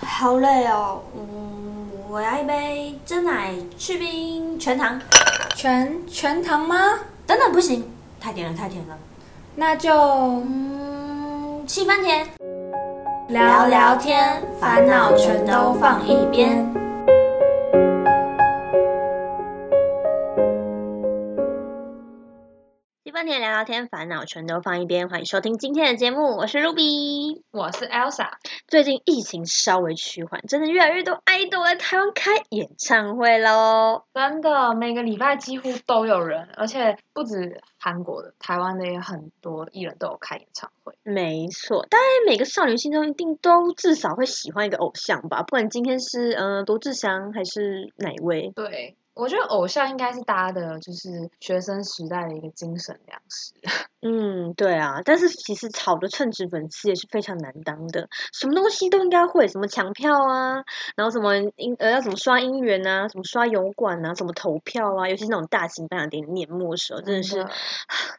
好累哦，嗯，我要一杯真奶去冰全糖。全全糖吗？等等，不行，太甜了，太甜了。那就嗯，七分甜。聊聊天，烦恼全都放一边。七分甜聊聊天，烦恼全都放一边。欢迎收听今天的节目，我是 Ruby。我是 Elsa，最近疫情稍微趋缓，真的越来越多爱豆来台湾开演唱会喽。真的每个礼拜几乎都有人，而且不止韩国的，台湾的也很多艺人都有开演唱会。没错，大概每个少女心中一定都至少会喜欢一个偶像吧，不管今天是呃罗志祥还是哪一位。对，我觉得偶像应该是大家的，就是学生时代的一个精神粮食。嗯，对啊，但是其实炒的称职粉丝也是非常难当的，什么东西都应该会，什么抢票啊，然后什么音呃要怎么刷音源啊，什么刷油管啊，什么投票啊，尤其是那种大型颁奖典礼年末的时候，真嗯的是啊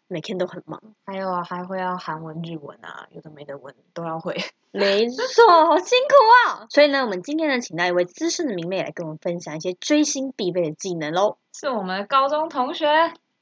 每天都很忙。还有啊，还会要韩文、日文啊，有的没的文都要会。 没错，好辛苦啊！所以呢，我们今天呢，请到一位资深的迷妹来跟我们分享一些追星必备的技能喽。是我们高中同学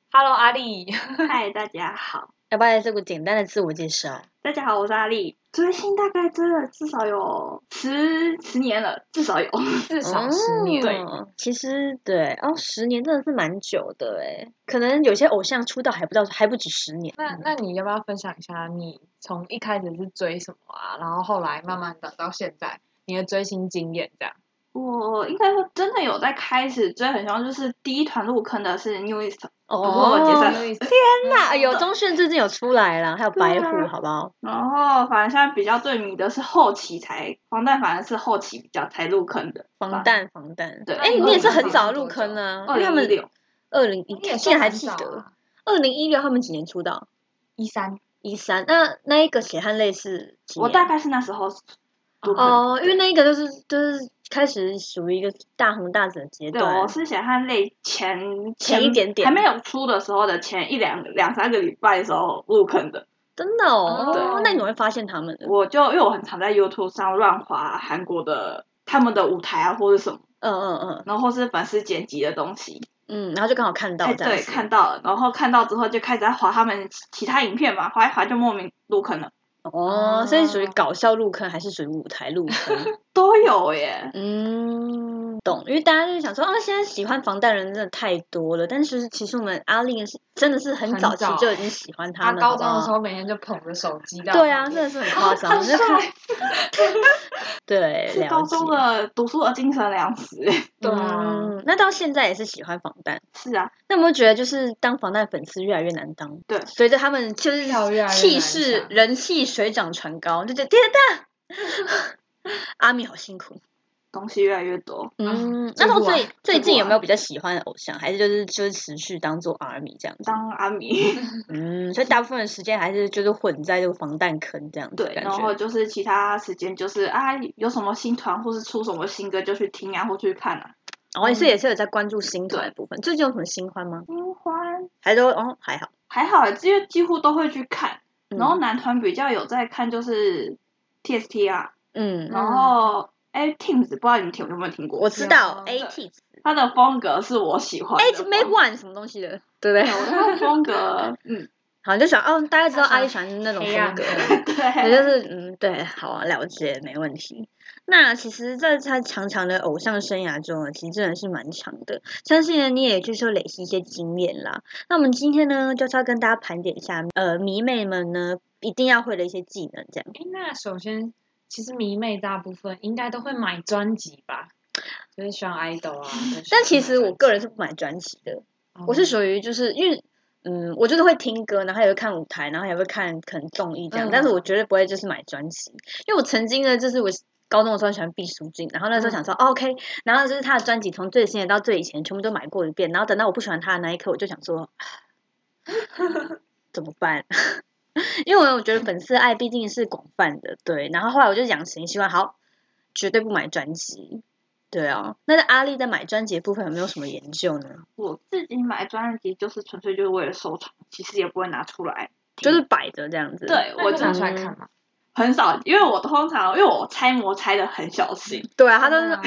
，Hello 阿丽。嗨，大家好，要不要来做个简单的自我介绍？啊大家好，我是阿丽。追星大概追了至少有十十年了，至少有。 至少十年。哦其实对，哦，十年真的是蛮久的哎。可能有些偶像出道还不到，还不止十年。那嗯那你要不要分享一下，你从一开始是追什么啊？然后后来慢慢的到现在，你的追星经验这样？我应该说真的有在开始追，很像就是第一团入坑的是 Newest，不过我解哦哎散，有意思嗯那有钟铉最近有出来啦，还有白对虎，啊好不好？然后反正现在比较对迷的是后期才黄蛋，反而是后期比较才入坑的。防弹，防弹。对，啊哎，那你也是2016很早多入久坑啊，因二为他零一们六，二零一，你也竟然算还很记早得啊，二零一六他们几年出道？一三一三，那那一个血汗泪是几我年大概是那时候入坑。哦，因为那一个就是就是开始属于一个大红大紫的阶对，段我，是想看类前前一点点还没有出的时候的前一两两三个礼拜的时候入坑的。真的嗯哦，对哦那你怎么会发现他们的？我就因为我很常在 YouTube 上乱划韩国的他们的舞台啊，或者什么，嗯嗯嗯然后或是粉丝剪辑的东西，嗯，然后就刚好看到哎，这样对，子，看到了，然后看到之后就开始在划他们其其他影片嘛，划一划就莫名入坑了，哦，所以属于哦搞笑入坑还是属于舞台入坑？ 都有耶。嗯，懂，因为大家就是想说，哦，现在喜欢防弹人真的太多了，但是其实我们阿令是真的是很很早期早就已经喜欢他他们，高好不中的好时候每天就捧着手机到对啊，真旁边的是 很夸张，很就是 看帅对，是了高中解的读书的精神粮食， 对啊，嗯，那到现在也是喜欢防弹。是啊，那有没有觉得就是当防弹粉丝越来越难当？对随着他们就是跳越来越气难势、当人气水涨船高，就觉得天呐，阿米好辛苦。东西越来越多。嗯，追那不到最完最追不近有完没有比较喜欢的偶像？还是就是就是持续当做阿米这样子？当阿米，嗯，所以大部分的时间还是就是混在这个防弹坑这样子的对，感然后觉。就是其他时间就是啊，有什么新团或是出什么新歌就去听啊，或去看啊。然后也是也是有在关注新团的部分。最近有什么新欢吗？新欢还都哦还好。还好，因为几乎都会去看，嗯然后男团比较有在看就是 TST 啊，嗯，然后哎 Teams 不知道你们听有没有听过？我知哎道有 A 对啊 T 他的风格是我喜欢 A 的 T 风 Make One 什么东西的，对不对？对他的风格，嗯，好，你就想哦，大家知道他阿想姨喜欢那种黑风暗 格，风也就对，是嗯，对，好啊，了解，没问题。那其实，在他长长的偶像生涯中啊，其实真的是蛮长的，相信呢你也就是有累积一些经验啦。那我们今天呢，就是要跟大家盘点一下，呃，迷妹们呢一定要会的一些技能，这样。诶那首先，其实迷妹大部分应该都会买专辑吧，就是喜欢 idol 啊。就喜欢但其实我买专辑个人是不买专辑的，哦我是属于就是因为。嗯，我就是会听歌，然后也会看舞台，然后也会看可能综艺这样，嗯但是我绝对不会就是买专辑，因为我曾经呢，就是我高中的时候喜欢毕书尽，然后那时候想说、哦 OK，然后就是他的专辑从最新的到最以前全部都买过一遍，然后等到我不喜欢他的那一刻，我就想说啊怎么办？ 因为我觉得粉丝爱毕竟是广泛的，对，然后后来我就养成习惯，好，绝对不买专辑。对啊，那在阿丽在买专辑的部分有没有什么研究呢？我自己买专辑就是纯粹就是为了收藏，其实也不会拿出来，就是摆着这样子。对哦那你我会嗯就拿出来看嘛。很少，因为我通常因为我拆模拆的很小心，对啊，他都是嗯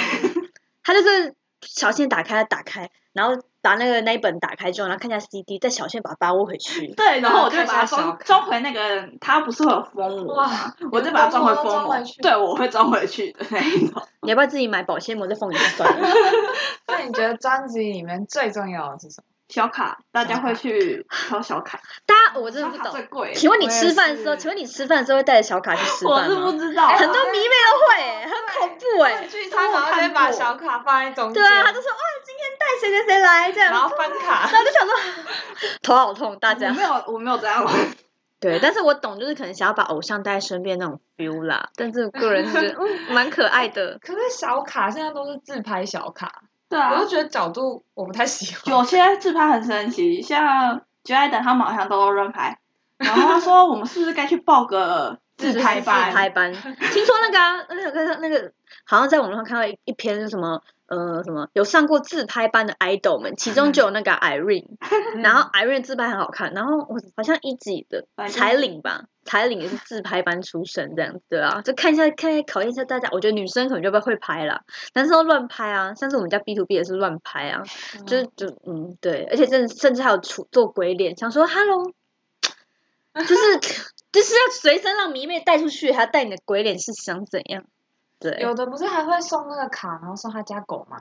他就是小线打开打开，然后把那个那一本打开之后，然后看一下 CD，再小线把它扒窝回去。对，然后我就会看把它一下小装卡装回那个，它不是会有封膜吗，哇，我就把它装回封膜封装膜回，去对，我会装回去的那一种。你要不要自己买保鲜膜再封一下算了？ 那你觉得专辑里面最重要的是什么？小卡，大家会去挑小卡，大家我真小的不卡最懂。贵。请问你我也吃饭的时候，是请问你吃饭的时候会带着小卡去吃我饭是吗？不知道，很多迷妹都会、很恐怖哎、聚餐然后再把小卡放在中对啊，他就说哇，今天带谁谁谁来这样，然后翻卡。就想说头好痛，大我家没。有，我没有这样玩。对，但是我懂，就是可能想要把偶像带在身边那种 feel 啦。但是我个人 是觉得，嗯，蛮可爱的。可是小卡现在都是自拍小卡，对我啊就，觉得角度我不太喜欢。有些自拍很神奇，像 j a d e 他们好像都乱拍，然后他说我们是不是该去报个自拍自拍班？班。 听说那个啊，那个那个，好像在网络上看到一一篇是什么呃什么有上过自拍班的 idol 们，其中就有那个 Irene，嗯然后 Irene 自拍很好看，然后我好像一级的反正彩领吧，彩领也是自拍班出身这样子对啊，就看一下看一下考验一下大家，我觉得女生可能就不会拍啦，男生都乱拍啊，像是我们家 B to B 也是乱拍啊，就是就嗯对，而且甚甚至还有出做鬼脸，想说 hello，就是就是要随身让迷妹带出去，还要带你的鬼脸是想怎样？对，有的不是还会送那个卡，然后送他家狗 吗？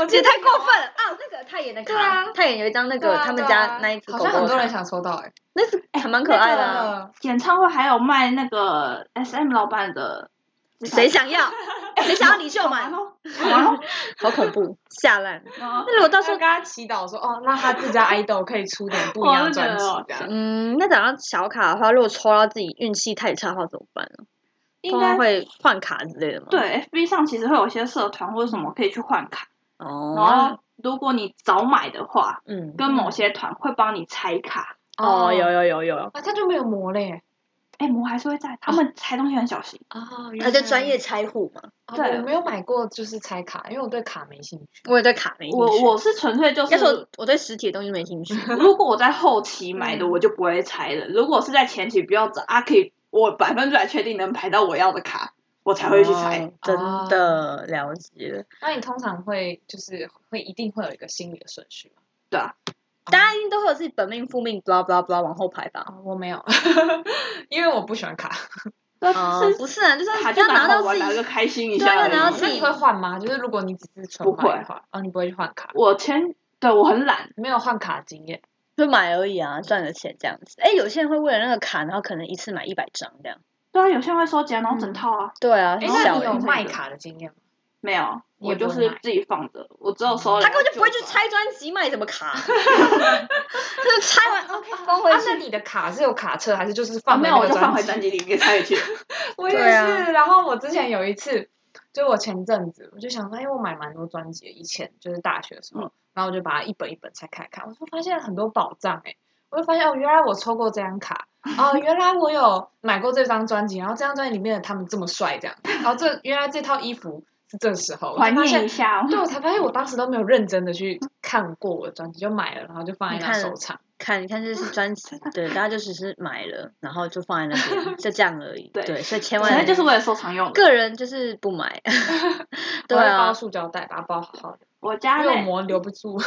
我觉得太过分了啊！那个泰妍的卡，对啊泰妍有一张那个、对啊他们对家啊那一只狗好狗像很多的人卡想抽到哎，那是还蛮可爱的啊、演唱会还有卖那个 SM 老板的自拍谁想要？谁想要李秀 满？然后，好恐怖，吓烂！然后那如果到到时时候候 跟，他祈祷说，哦，那他自家 idol 可以出点不一样的专辑这样。嗯，那早上小卡的话，如果抽到自己运气太差的话怎么办呢？应通常该会换卡之类的吗？，对 FB 上其实会有一些社团或者什么可以去换卡，然哦，后如果你早买的话，嗯，跟某些团会帮你拆卡。哦，有有有有有，啊，他就没有魔嘞。哎，魔还是会在，他啊们拆东西很小心。哦，他就专业拆户嘛，啊。对我没有买过就是拆卡，因为我对卡没兴趣。我也对卡没兴趣。我我是纯粹就要说是，我对实体的东西没兴 趣，如果我在后期买的，我就不会拆了。如果是在前期比较早，啊，可以我百分之百确定能排到我要的卡，我才会去拆哦。真的了解了，那你通常会就是会一定会有一个心理的顺序吗？对啊，大家一定都会有自己本命、副命，blah blah blah 往后排吧。啊，我没有， 因为我不喜欢卡。那哦，是不是啊，就是卡要就拿拿到好玩，自拿己个开心一对啊下而要拿到已。自那己你会换吗？就是如果你只是纯不会买的话，哦，你不会去换卡，我前对我很懒，没有换卡经验。就买而已啊，赚了钱这样子。哎，有些人会为了那个卡，然后可能一次买一百张这样。对啊，有些人会收集，然后整套啊，对啊，哎，很那小你有欸。卖卡的经验吗？没有，你我也不就会是买自己放着，我只有收了。他根本就不会去。拆专辑，卖什么卡？就是拆完 OK 封回啊，那去。你的卡是有卡册还是就是啊，放没在有，我那就个放专回辑？专辑里面拆 去。我也对啊是。然后我之前有一次，就我前阵子我就想说，哎因为我买蛮多专辑的，以前就是大学的时候，然后我就把它一本一本拆开看，我就发现很多宝藏哎、我就发现哦，原来我抽过这张卡， 哦，原来我有买过这张专辑，然后这张专辑里面的他们这么帅这样，然后这原来这套衣服是这时候，我怀才发念现一下哦。对，我才发现我当时都没有认真的去看过我的专辑，就买了，然后就放在你那看收藏。看，你看这是专辑，对，大家就只是买了，然后就放在那边，就这样而已。对 对，所以千反万正就是为了收藏用的。个人就是不 买。对我会包啊，塑胶袋，把它包好好的，我家因为我嘞，膜留不住。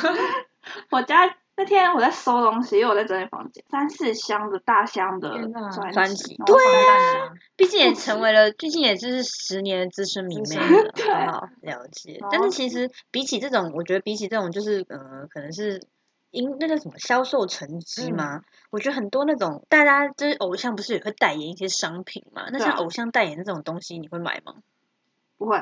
我家那天我在收东西，因为我在整理房间，三四箱的大箱的天哪专专辑辑，对 啊，毕竟也成为了，毕竟也就是十年的资深迷妹资了，深好不好了解然。但后是其实比起这种，我觉得比起这种就是呃，可能是因那个什么销售成绩嗯嘛，我觉得很多那种大家就是偶像不是也会代言一些商品嘛？那对啊像偶像代言这种东西，你会买吗？不会，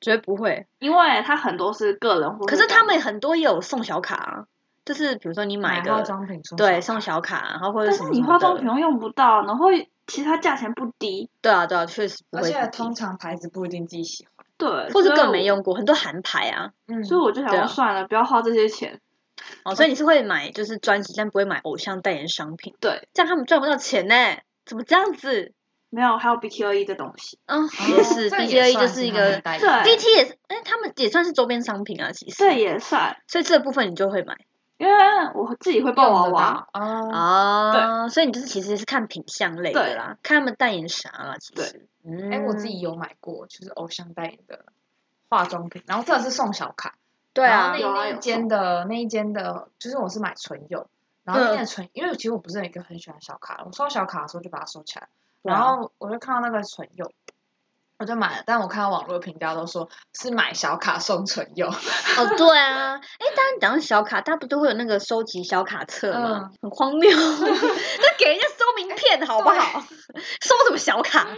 绝对不会。因为它很多是个人或可是他单们很多也有送小卡啊，就是比如说你买化个妆品出对送小卡，然后或者但什是么你什么化妆的品又用不到，然后其他价钱不低，对啊对啊，确实不而会且自己通常牌子不一定自己喜欢。对，或者所以更我没。用过，很多韩牌啊。嗯所以我就想对啊说算了，不要花这些钱。哦，所以你是会买就是专辑，但不会买偶像代言商品，对，这样他们赚不到钱呢、怎么这样子？没有，还有 BQE 的东西。嗯、也是，B T A 就是一个对 B T 也是，哎、他们也算是周边商品啊，其实，这也算，所以这部分你就会买，因为我自己会抱娃娃，啊，哦，所以你就是其实是看品相类的对啦，看他们代言啥啦，其对实。嗯，哎、我自己有买过，就是偶像代言的化妆品，然后这个是送小卡，对啊然后，有啊那那有一间的那一间的，就是我是买唇釉，嗯然后那间的唇，因为其实我不是一个很喜欢小卡，我收到小卡的时候就把它收起来，对啊然后我就看到那个唇釉。我就买了，但我看到网络评价都说是买小卡送唇釉，哦对啊，哎，当然讲到小卡，大家不都会有那个收集小卡册嗯吗？很荒谬， 那给人家收名片好不好？收什么小卡？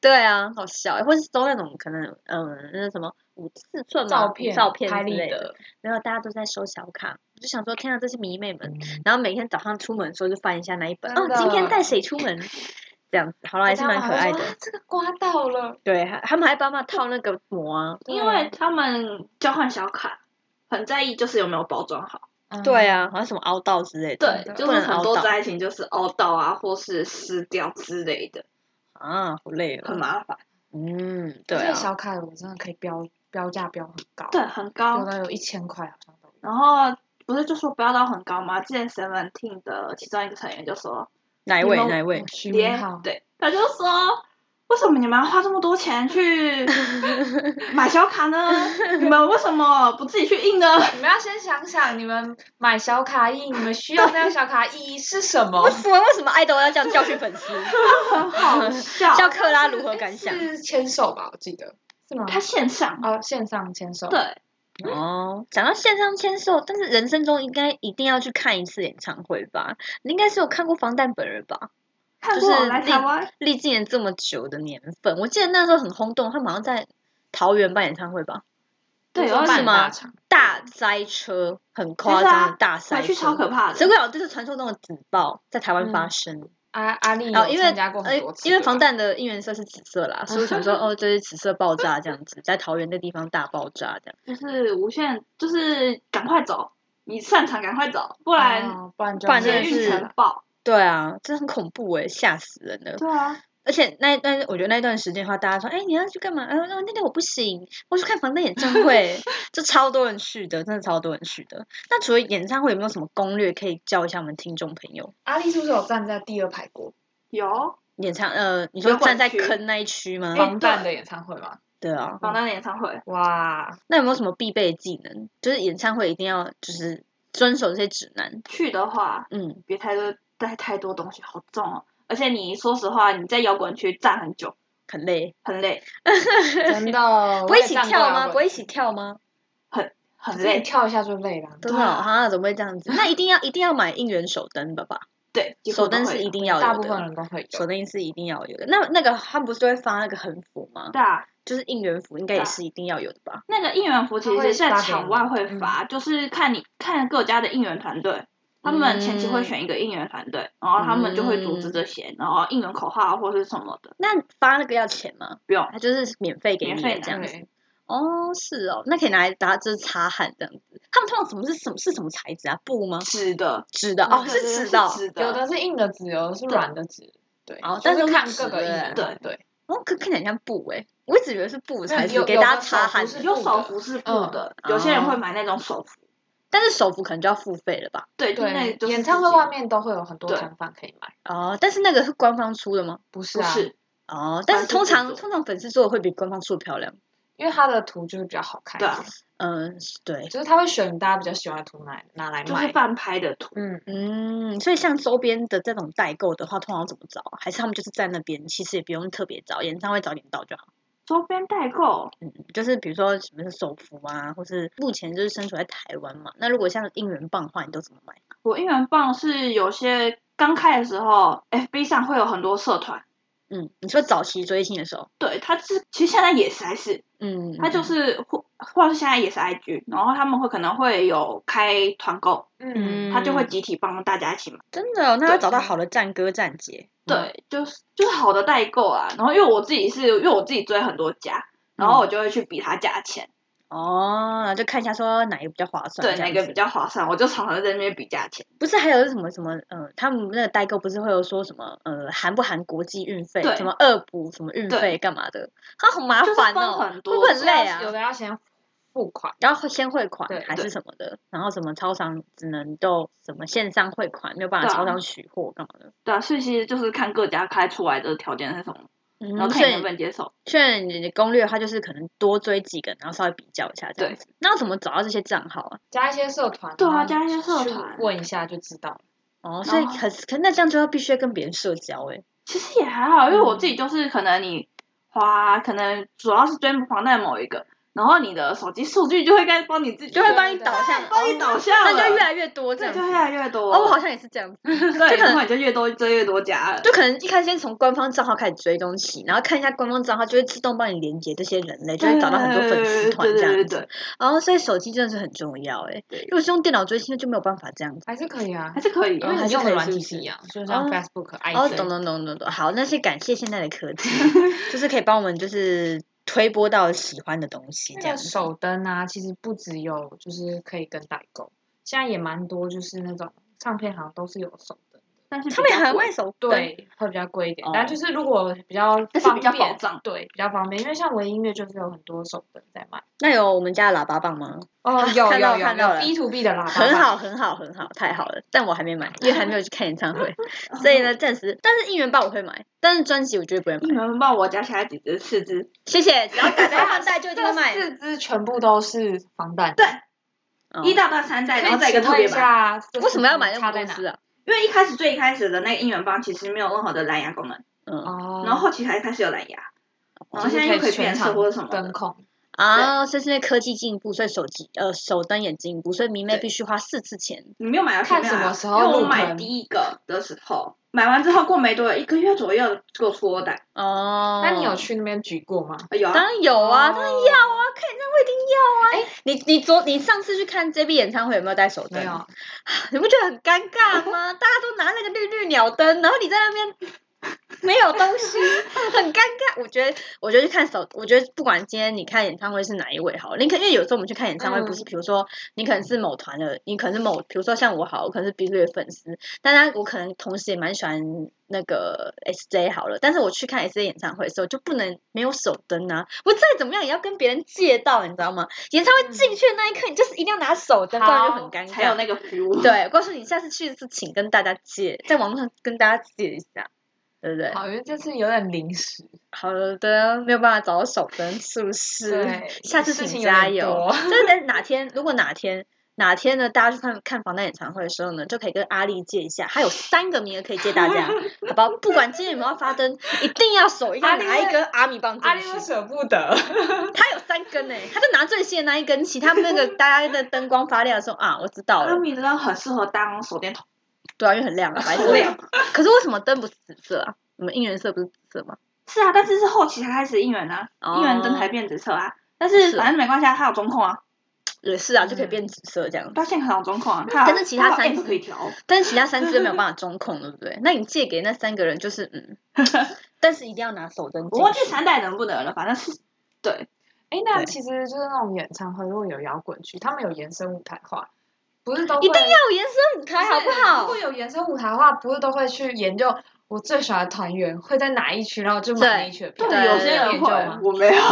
对啊，好笑，或是收那种可能，嗯，那什么五四寸嘛照嗯片照片拍之立类得，没有，大家都在收小卡，我就想说，天啊，这些迷妹们，嗯然后每天早上出门的时候就翻一下那一本，真哦，的今天带谁出门？这样子，好了，还是蛮可爱大家晚上说的。啊这个刮到了，对，还他们还帮忙套那个膜啊。嗯因为他们交换小卡很在意，就是有没有包装好。嗯对，啊，好像什么凹道之类的对真的，，就不是能很凹多到灾情就是凹到啊，或是撕掉之类的，啊，好累很哦。麻烦。嗯，对而且啊，小卡我真的可以标标价标很高，对，，很有高。的有一千块好像都有。然后不是就说不要到很高吗？之前 Seventeen 的其中一个成员就说，哪一位你们哪一位？徐明浩连，对，他就说。为什么你们要花这么多钱 去买小卡呢？你们为什么不自己去印呢？你们要先想想，你们买小卡意，你们需要那样小卡意义是什么为？什么为什么爱豆要这样教训粉 丝？很好笑。叫克拉如何感想？是牵手吧，我记得是吗？他线上哦，线上牵手。对， 哦，讲到线上签售，但是人生中应该一定要去看一次演唱会吧？你应该是有看过防弹本人吧？看就是过来台那湾，历尽了这么久的年份，我记得那时候很轰动，他们好像在桃园办演唱会吧？对，你说然后哦是半吗大场，大塞车，很夸张的大塞回车，去超可怕只的。不过这是传说中的紫爆在台湾发生，阿阿丽然后有因为参加过呃很多次，因为防对吧弹的应援色是紫色啦，所以我 想说哦，这是紫色爆炸这样子，在桃园的地方大爆炸这样。就是无限，就是赶快走，你散场赶快走，不然哦不然就不然真捷的运是嗯城爆。对啊，这很恐怖诶、吓死人了。对啊，而且那一段，我觉得那一段时间的话，大家说，哎、你要去干嘛？啊，那那天我不行，我去看防弹演唱 会，就超多人去的，真的超多人去的。那除了演唱会，有没有什么攻略可以教一下我们听众朋友？阿丽是不是有站在第二排过有演唱呃，你说摇滚站在区坑那一区哎吗？防弹的演唱会吗？对啊，防弹演唱会，哇，那有没有什么必备技能？就是演唱会一定要就是遵守这些指南。去的话嗯，别太多带太多东西，好重哦。而且你说实话，你在摇滚区站很久，很累。很累，真的， 不啊我会也一起站过跳摇吗？滚不会一起跳吗？很可是你累。跳一下就累了，真的哦、啊，怎么会这样子？那一定要一定要买应援手灯吧吧，对，几乎手都灯会啊是一定要有的。大部分人都会手有。灯是一定要有的。那那个他们不是都会发那个横幅吗？对啊，就是应援服，应该也对啊是一定要有的吧？那个应援服其他会实在发给场你嗯外会发，就是看你看各家的应援团队，他们前期嗯会选一个应援团队，然后他们就会组织这嗯些，然后应援口号啊或是什么的，那发那个要钱吗？不用它就是免费给你免的费这样子。对，哦，是哦，那可以拿来打就是擦汗这样子。他们通常什么是什么是什么材质啊？布吗？纸的纸的哦，嗯是对对对纸的哦。纸的，有的是硬的纸，有的是软的纸，对哦，就但是是是看纸各个的应援对对。哦，可看起来像布哎，我一直以为是布材有质，给有大家的嗯擦手汗幅的是。有手服是布的，有些人会买那种手服，但是手幅可能就要付费了吧？对，就那对就，是演唱会自己外面都会有很多对摊贩可以买，哦，但是那个是官方出的吗？不是不啊，是，哦，但是是通自己常做通常粉丝做的会比官方出的漂亮。因为它的图就是比较好看一对啊点，嗯，对，就是他会选大家比较喜欢的图拿拿来就是卖。翻拍的图，嗯，嗯，所以像周边的这种代购的话，通常怎么找啊？还是他们就是在那边，其实也不用特别找，演唱会早点到就好。周边代购，嗯，就是比如说什么手幅啊，或是目前就是身处在台湾嘛，那如果像应援棒的话，你都怎么买？我应援棒是有些刚开的时候，FB 上会有很多社团，嗯，你说早期追星的时候，对，它是其实现在也是还是。嗯，他就嗯是或或者是现在也是 IG，然后他们会可能会有开团购，嗯，他就会集体帮大家一起买。真的、哦，那要对找到好的站哥站姐。嗯，对，就是就是好的代购啊。然后因为我自己是因为我自己追很多家，然嗯后我就会去比它价钱，哦，然后就看一下说哪一个比较划算，对这哪样个子比较划算，我就常常在那边比价钱。不是还有什么什么呃，他们那个代购不是会有说什么呃含不含国际运费，对什么二补什么运费对干嘛的，他好麻就是烦分哦，很会不多会很有的要累啊有？的要先付款，然后先汇款对还是对什么的，然后什么超商只能够什么线上汇款，没有办法对啊超商取货干嘛的。对啊，所以其实就是看各家开出来的条件是什么，嗯然后看所你以能不能接受。虽然你的攻略它就是可能多追几个，然后稍微比较一下这样子。那要怎么找到这些账号啊？加一些社团，对啊然后加一些社去团问一下就知道了。哦，所以然后可是可是那这样就要必须要跟别人社交哎、其实也还好，因为我自己嗯就是可能你花，可能主要是追黄带某一个，然后你的手机数据就会该帮你自己就会帮你导向，哦帮你导向了，那就越来越多这样对子就。越来越多。哦，我好像也是这样子，对，就可然能后你就越多追越多家了。就可能一开始先从官方账号开始追踪起，然后看一下官方账号，就会自动帮你连接这些人类，就会找到很多粉丝团这对对对样对子。哦，所以手机真的是很重要哎、对如果是用电脑追星就没有办法这样子。还是可以啊还，是可以因的，为还你是用可的以软是不体是一样，就像哦 Facebook、哦，懂 IG，懂懂懂懂，好，那是感谢现在的科 技，就是可以帮我们就是推播到喜欢的东西这那样个子。手灯啊，其实不只有就是可以跟代购，现在也蛮多就是那种唱片行都是有手灯，但是他们也还很卖手灯，对，会比较贵一点哦，但就是如果比较但是方比较保便，障。对，比较方便，因为像唯音乐就是有很多手灯在卖。那有我们家的喇叭棒吗？ 哦，有看到有看到有了有 B to B 的喇叭，很好，，很好，很好，太好了！但我还没买，因为还没有去看演唱 会，所以呢，暂时。但是应援棒我会买，但是专辑我绝对不会一买。门帮我加起来几只，四只。谢谢，只要打开换代就一定会这 买。四支全部都是防弹，对哦一大段、三代，可然后以再一个请特问一别版。下，为什么要买那差么在多哪？支啊？因为一开始最一开始的那个应援棒其实没有任何的蓝牙功能，嗯哦，然后后期才开始有蓝牙，然后就是现在又可可以全变场色或者什么灯的。哦控，啊，这是因为科技进步，所以手机呃手灯也进步，所以迷妹对必须花四次钱。你没有买到前面看什啊么时候因为我入坑买第一个的时候，买完之后过没多久，一个月左右就出货单。哦，那你有？去那边举过吗？哎呦啊，当然有啊，当然要啊，看演唱会一定要啊。哎你你昨你上次去看 JB 演唱会有没有带手灯？没有， 你不觉得很尴尬 吗？大家都拿那个绿绿鸟灯，然后你在那边没有东西，很尴尬。我觉得，我觉得去看手，我觉得不管今天你看演唱会是哪一位好了，你可因为有时候我们去看演唱会，嗯不是比如说你可能是某团的，你可能是某，比如说像我好，我可能是 B 队的粉丝，但然我可能同时也蛮喜欢那个 SJ 好了，但是我去看 SJ 演唱会的时候就不能没有手灯啊，我再怎么样也要跟别人借到，你知道吗？演唱会进去的那一刻，你就是一定要拿手灯，不然就很好尴尬。才有那个服务。对，我告诉你，下次去是请跟大家借，在网络上跟大家借一下，对不对？好，因为这次有点临时，好的，没有办法找到手灯，是不是？对 下次事请情有加点油多。就是在哪天，如果哪天哪天呢，大家去看看防弹演唱会的时候呢，就可以跟阿丽借一下，还有三个名额可以借大 家，好吧？不管今天有没有要发灯，一定要手一定要阿丽拿一会根阿米棒进阿 丽又去。舍不得， 他有三根呢、他就拿最新的那一根，其他那个大家的灯光发亮的时候啊，我知道了阿。米的灯很适合当手电筒，对啊，因为很亮啊，白色对亮。 可是为什么灯不是紫色啊？我们应援色不是紫色吗？是啊，但是是后期才开始应援啊，哦应援灯才变紫色啊。但是是反正没关系啊，它有中控啊，也是啊，就可以嗯变紫色这样。到现在有中控啊，它嗯有但是其他它有三 app 可以调。但是其他三支都没有办法中控，对不对？那你借给那三个人就是 嗯，但是一定要拿手灯进去。我忘记三代能不能了，反正是对，哎，那对其实就是那种演唱会，如果有摇滚区，他们有延伸舞台化，不是都一定会要有延伸舞台好不如好果？有延伸舞台的话，不是都会去研究我最喜欢的团员会在哪一区，然后就买对哪一区的票。对有些研人究会吗，？我没有，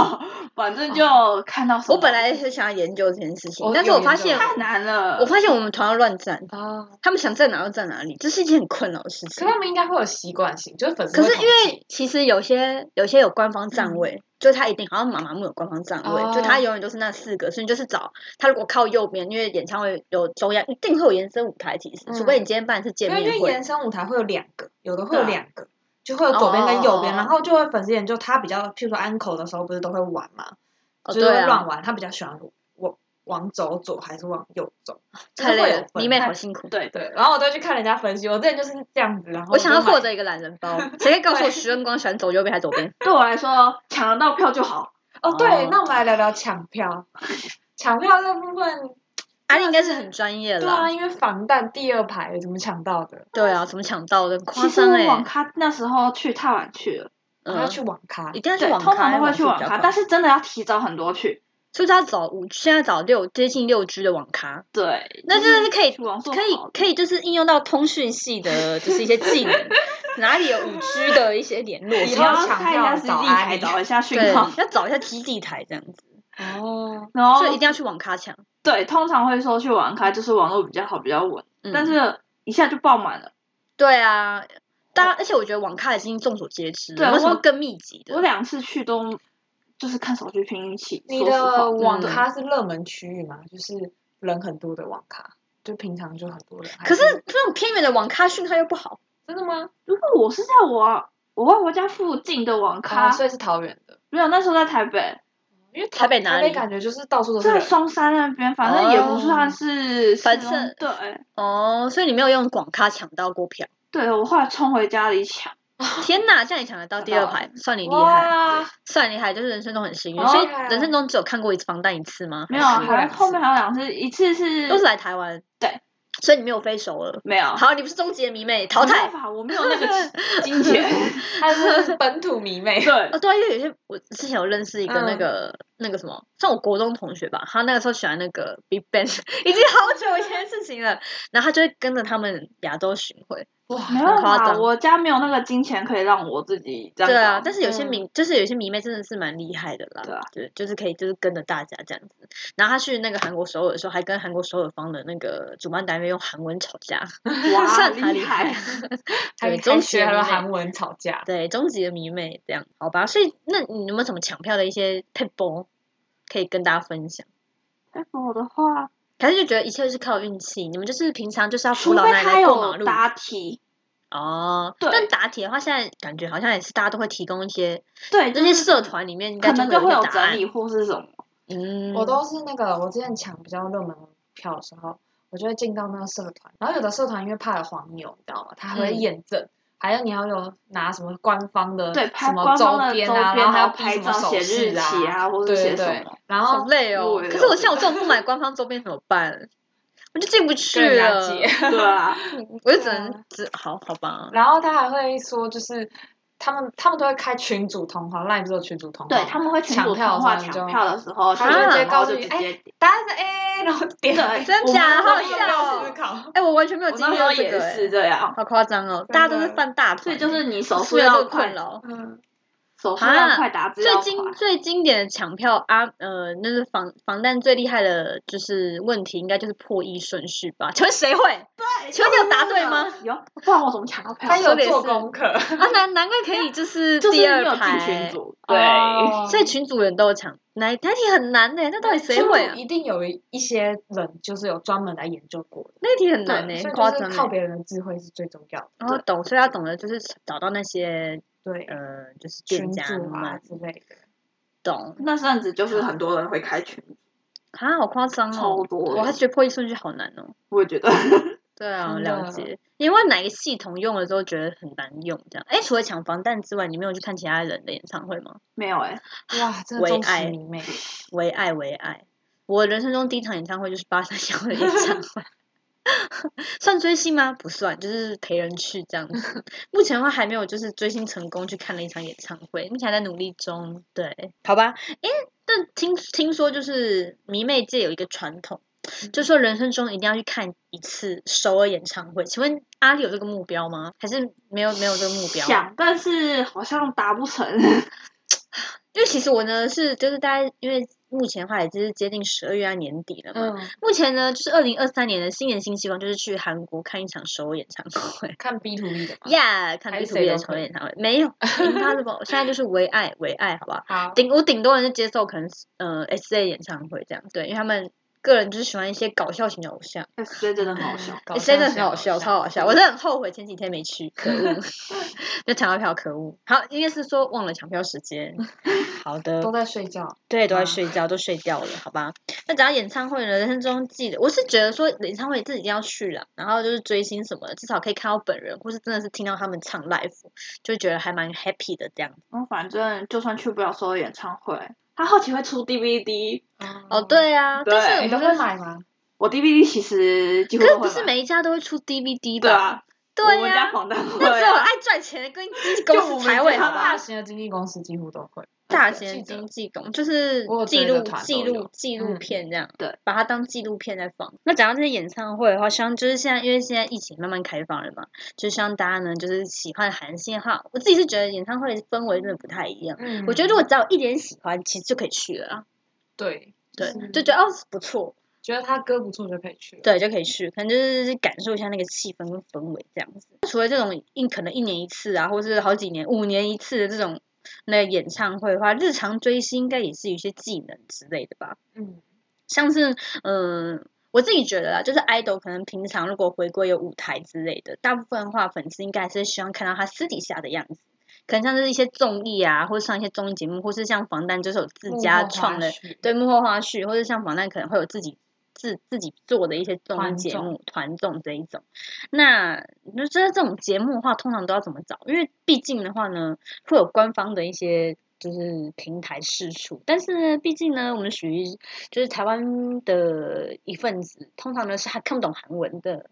反正就看到什 么哦我本来很想要研究这件事情我，但是有我发研究现，太难了，我发现我们团要乱站，啊，他们想站哪就站哪里，这是一件很困扰的事可情他。们应该会有习惯性，就是粉丝可会是统因计。为其实有些有些有官方站位，就他一定好像妈妈木有官方站位，就他哦永远都是那四个，所以你就是找他如果靠右边，因为演唱会有中央一定会有延伸舞台，其实、除嗯非你今天办的是见因为因面为会延，伸舞台会有两个，有的会有对啊两个，就会有左边跟右边，哦然后就会粉丝研究他比较，譬如说安口的时候不是都会玩嘛，哦就是对会啊乱玩，他比较喜欢往往左走还是往右走，就是太会累有了，分迷妹开好辛苦。对对，然后我都去看人家分析，我之前就是这样子，然后我想要就买获得一个懒人 包，谁可以告诉我对徐恩光喜欢走右边还是左边？对我来说抢得到票就好。哦，哦对，那我们来聊聊抢 票，抢票这部分，阿丽应该是很专业对啦啊，，因为防弹第二排怎么抢到的？对啊，怎么抢到的？其夸实张我哎，网咖那时候去太晚去了，然后嗯去网咖一，定要去对，网咖，通常都会去速网比较咖，快但是真的要提早很多去。所以他找五，现在找六接近六 G 的网咖，对，那真的是可以去网速可以好的可以，就是应用到通讯系 的，就是一些技能，哪里有五 G 的一些联络以什后么要的，抢看一票下实际早安台，找一下讯对，号。要找一下基地台这样子。哦，然后所以一定要去网咖抢。对，通常会说去网咖就是网络比较好，比较稳，嗯但是一下就爆满了。对啊，大家而且我觉得网咖已经众所皆知对了，为什么我更密集的？我两次去都就是看手机拼运气。你说实话的网对咖是热门区域吗？就是人很多的网咖，就平常就很多人。还可是那种偏远的网咖讯号又不好，真的吗？如果我是在我我外婆家附近的网咖，哦所以是桃园的，没有那时候在台北，因为台北哪里感觉就是到处都是在人。松山那边，反正也哦不算是市中、反正对哦，所以你没有用广咖抢到过票。对，我后来冲回家里抢，天哪，这样你抢得到第二排，算你厉害，哇，算厉害，就是人生中很幸运。哦所以厉害啊人生中只有看过一次防弹一次吗？没有啊，是还是后面还有两次，一次是都是来台湾，对，所以你没有飞熟了。没有好，你不是终极的迷妹，淘没汰办。法，我没有那 个 金钱，他是本土迷妹。对哦，，对啊，因为有些我之前有认识一个那嗯个、那个什么，算我国中同学吧，他那个时候喜欢那个 Big Bang，已经好久以前的事情了。然后他就会跟着他们亚洲巡回，哇没办夸法，张我家没有那个金钱可以让我自己这样对搞。啊。但是有些嗯迷、就是有些迷妹真的是蛮厉害的啦，对啊对，就是可以就是跟着大家这样子。然后他去那个韩国首尔的时候，还跟韩国首尔方的那个主办单位用韩文吵架，哇，算他厉害害！。对，还终还极学的迷了妹韩文吵架。对，终极的迷妹这样，好吧？所以那你有没有什么抢票的一些 p e b l e 可以跟大家分享？哎，我的话，还是就觉得一切是靠运气，你们就是平常就是要扶除老非奶他奶过马有路答题，哦。对但答题的话，现在感觉好像也是大家都会提供一些，对，那就些是社团里面应该嗯可能就就会有有一些答整案理。或是什么。嗯，我都是那个，我之前抢比较热门票的时候，我就会进到那个社团，然后有的社团因为怕有黄牛，你知道吗？他还会嗯验证，还有你要有拿什么官方的对，什拍么官方的边周啊，然后还还要要拍比什照么手写日势期啊，啊，或者对写对什对么。，然好后累哦我。也可是我有像我这种不买官方周边怎么办？我就进不啊跟去人家了，借。对啊，我就只对啊能只好好吧。然后他还会说，就是他们他们都会开群主通话，line 只有群主通话，对他们会群抢组票通话的时候抢就票的时候，他就啊就会直接然后告诉就你直哎接答案是 A，然后点对，真我假们好笑我们不那时候思考。哎、我完全没有我经那历时候到这也个、哎是这样，好夸张哦！真的大家都是犯大所以团就是你手是速有这要个快困，扰。嗯，手速啊要快，打字要最快。经最经典的抢票啊，呃，那是防防弹最厉害的，就是问题应该就是破译顺序吧？ 请问谁会？对请问你有答对吗？有，不然我怎么抢到票？他有说的也做是功课，啊，难难怪可以就是就是第你二有排，进群组，对，哦所以群主人都有抢。哪哪题很难呢、那到底谁所以会啊？一定有一些人就是有专门来研究过的，那题很难呢、所以夸就是张、靠欸。别人的智慧是最重要的。然后懂，所以要懂得就是找到那些对，呃，就是店群家主啊们之类的。懂那阵子就是很多人会开群，啊，好夸张超哦！多我还人，觉得破译顺序好难哦。我也觉得对啊，真了的解。因为哪个系统用了之后觉得很难用，这样。哎，除了抢防弹之外，你没有去看其他人的演唱会吗？没有哎，哇，真的为忠爱实迷妹，唯爱唯爱，我人生中第一场演唱会就是八三幺的演唱会， 算追星吗？不算，就是陪人去这样子。目前的话还没有就是追星成功去看了一场演唱会，目前还在努力中。对，好吧。哎，但听听说就是迷妹界有一个传统。就说人生中一定要去看一次首尔演唱会，请问阿里有这个目标吗？还是没有没有这个目标？想，但是好像达不成。 因为其实我呢是就是大概因为目前的话也就是接近十二月啊年底了嘛，嗯，目前呢，就是二零二三年的新年新希望，就是去韩国看一场首尔演唱 会。看 B to B 的嘛。呀、yeah,，看还 B 是 to 谁 B 都的首可尔以演唱会没有 impossible，现在就是唯爱唯爱，好吧？好，顶我顶多人就接受可能是呃 S A 演唱会这样，对，因为他们个人就是喜欢一些搞笑型的偶像， S J 真的很好笑，搞 S A 真的笑很好笑，超好笑，我真的很后悔前几天没去，可 恶，就抢到票可恶。好，应该是说忘了抢票时 间。好的，都在睡觉。对，都在啊睡觉，都睡掉了，好吧？那讲到演唱会呢，人生中记得，我是觉得说演唱会自己一定要去啦，然后就是追星什么的，至少可以看到本人，或是真的是听到他们唱 live，就觉得还蛮 happy 的这样。然后反正就算去不了所有演唱会，他后期会出 DVD，哦，，对啊，但嗯对是你我嗯都们会 买吗？我 DVD 其实几乎可是都会不是买每一家都会出 DVD 对吧？啊，对我们呀、家防弹会那只有啊，爱赚钱的跟经纪公我司们才会家好大吧？型的经纪公司几乎都会。大记型得经纪公就是我有记追的录团记都录有纪录嗯片这样，对，把它当纪录片在放。那讲到这些演唱会的话，希望就是现在因为现在疫情慢慢开放了嘛，就希望大家呢就是喜欢韩星哈，我自己是觉得演唱会氛围真的不太一样。嗯我觉得如果只要有一点喜欢，其实就可以去了啦。啊对，对是，就觉得哦不错，觉得他歌不错就可以去了。对，就可以去，可能就是感受一下那个气氛跟氛围这样子。除了这种一可能一年一次啊，或是好几年、五年一次的这种那个演唱会的话，日常追星应该也是有一些技能之类的吧。嗯，像是嗯、呃我自己觉得啦，就是 idol 可能平常如果回归有舞台之类的，大部分的话粉丝应该还是希望看到他私底下的样子。可能像是一些综艺啊，或者上一些综艺节目，或是像防弹就是有自幕家后创花的絮对幕后花絮，或者像防弹可能会有自己自自己做的一些综艺团节综目、团综这一种。那那这这种节目的话，通常都要怎么找？因为毕竟的话呢，会有官方的一些就是平台试出，但是呢，毕竟呢，我们属于就是台湾的一份子，通常呢是还看不懂韩文的。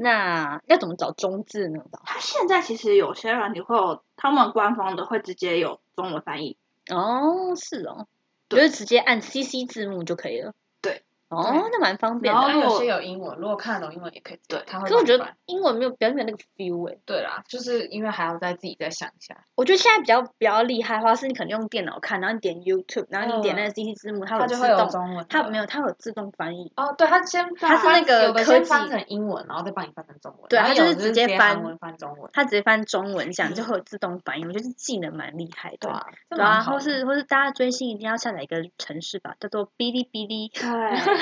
那要怎么找中字呢？它现在其实有些软体会有，他们官方的会直接有中文翻译，哦，是哦，就对是直接按 CC 字幕就可以了。对。哦，那蛮方便然的。后然后如有果些有英文，如果看得懂英文也可以对他会可我觉帮你得翻英文没有表演那个 feel 哎、对啦，就是因为还要再自己再想一下，我觉得现在比较比较厉害的话，是你可能用电脑看，然后你点 YouTube，然后你点那个 CC 字幕，它嗯它有就自会有动，中文的。嗯它没有，它有自动翻译。哦，对，他先它是翻那个有的科先技翻成英文，然后再帮你翻成中文。对然后它就有是的直直接翻翻文翻中文。它直接翻中文，这样就嗯会有自动翻译。我觉得这技能蛮厉害的。啊，这对啊，蛮好或的是或是大家追星一定要下载一个城市吧，叫做哔哩哔哩。对，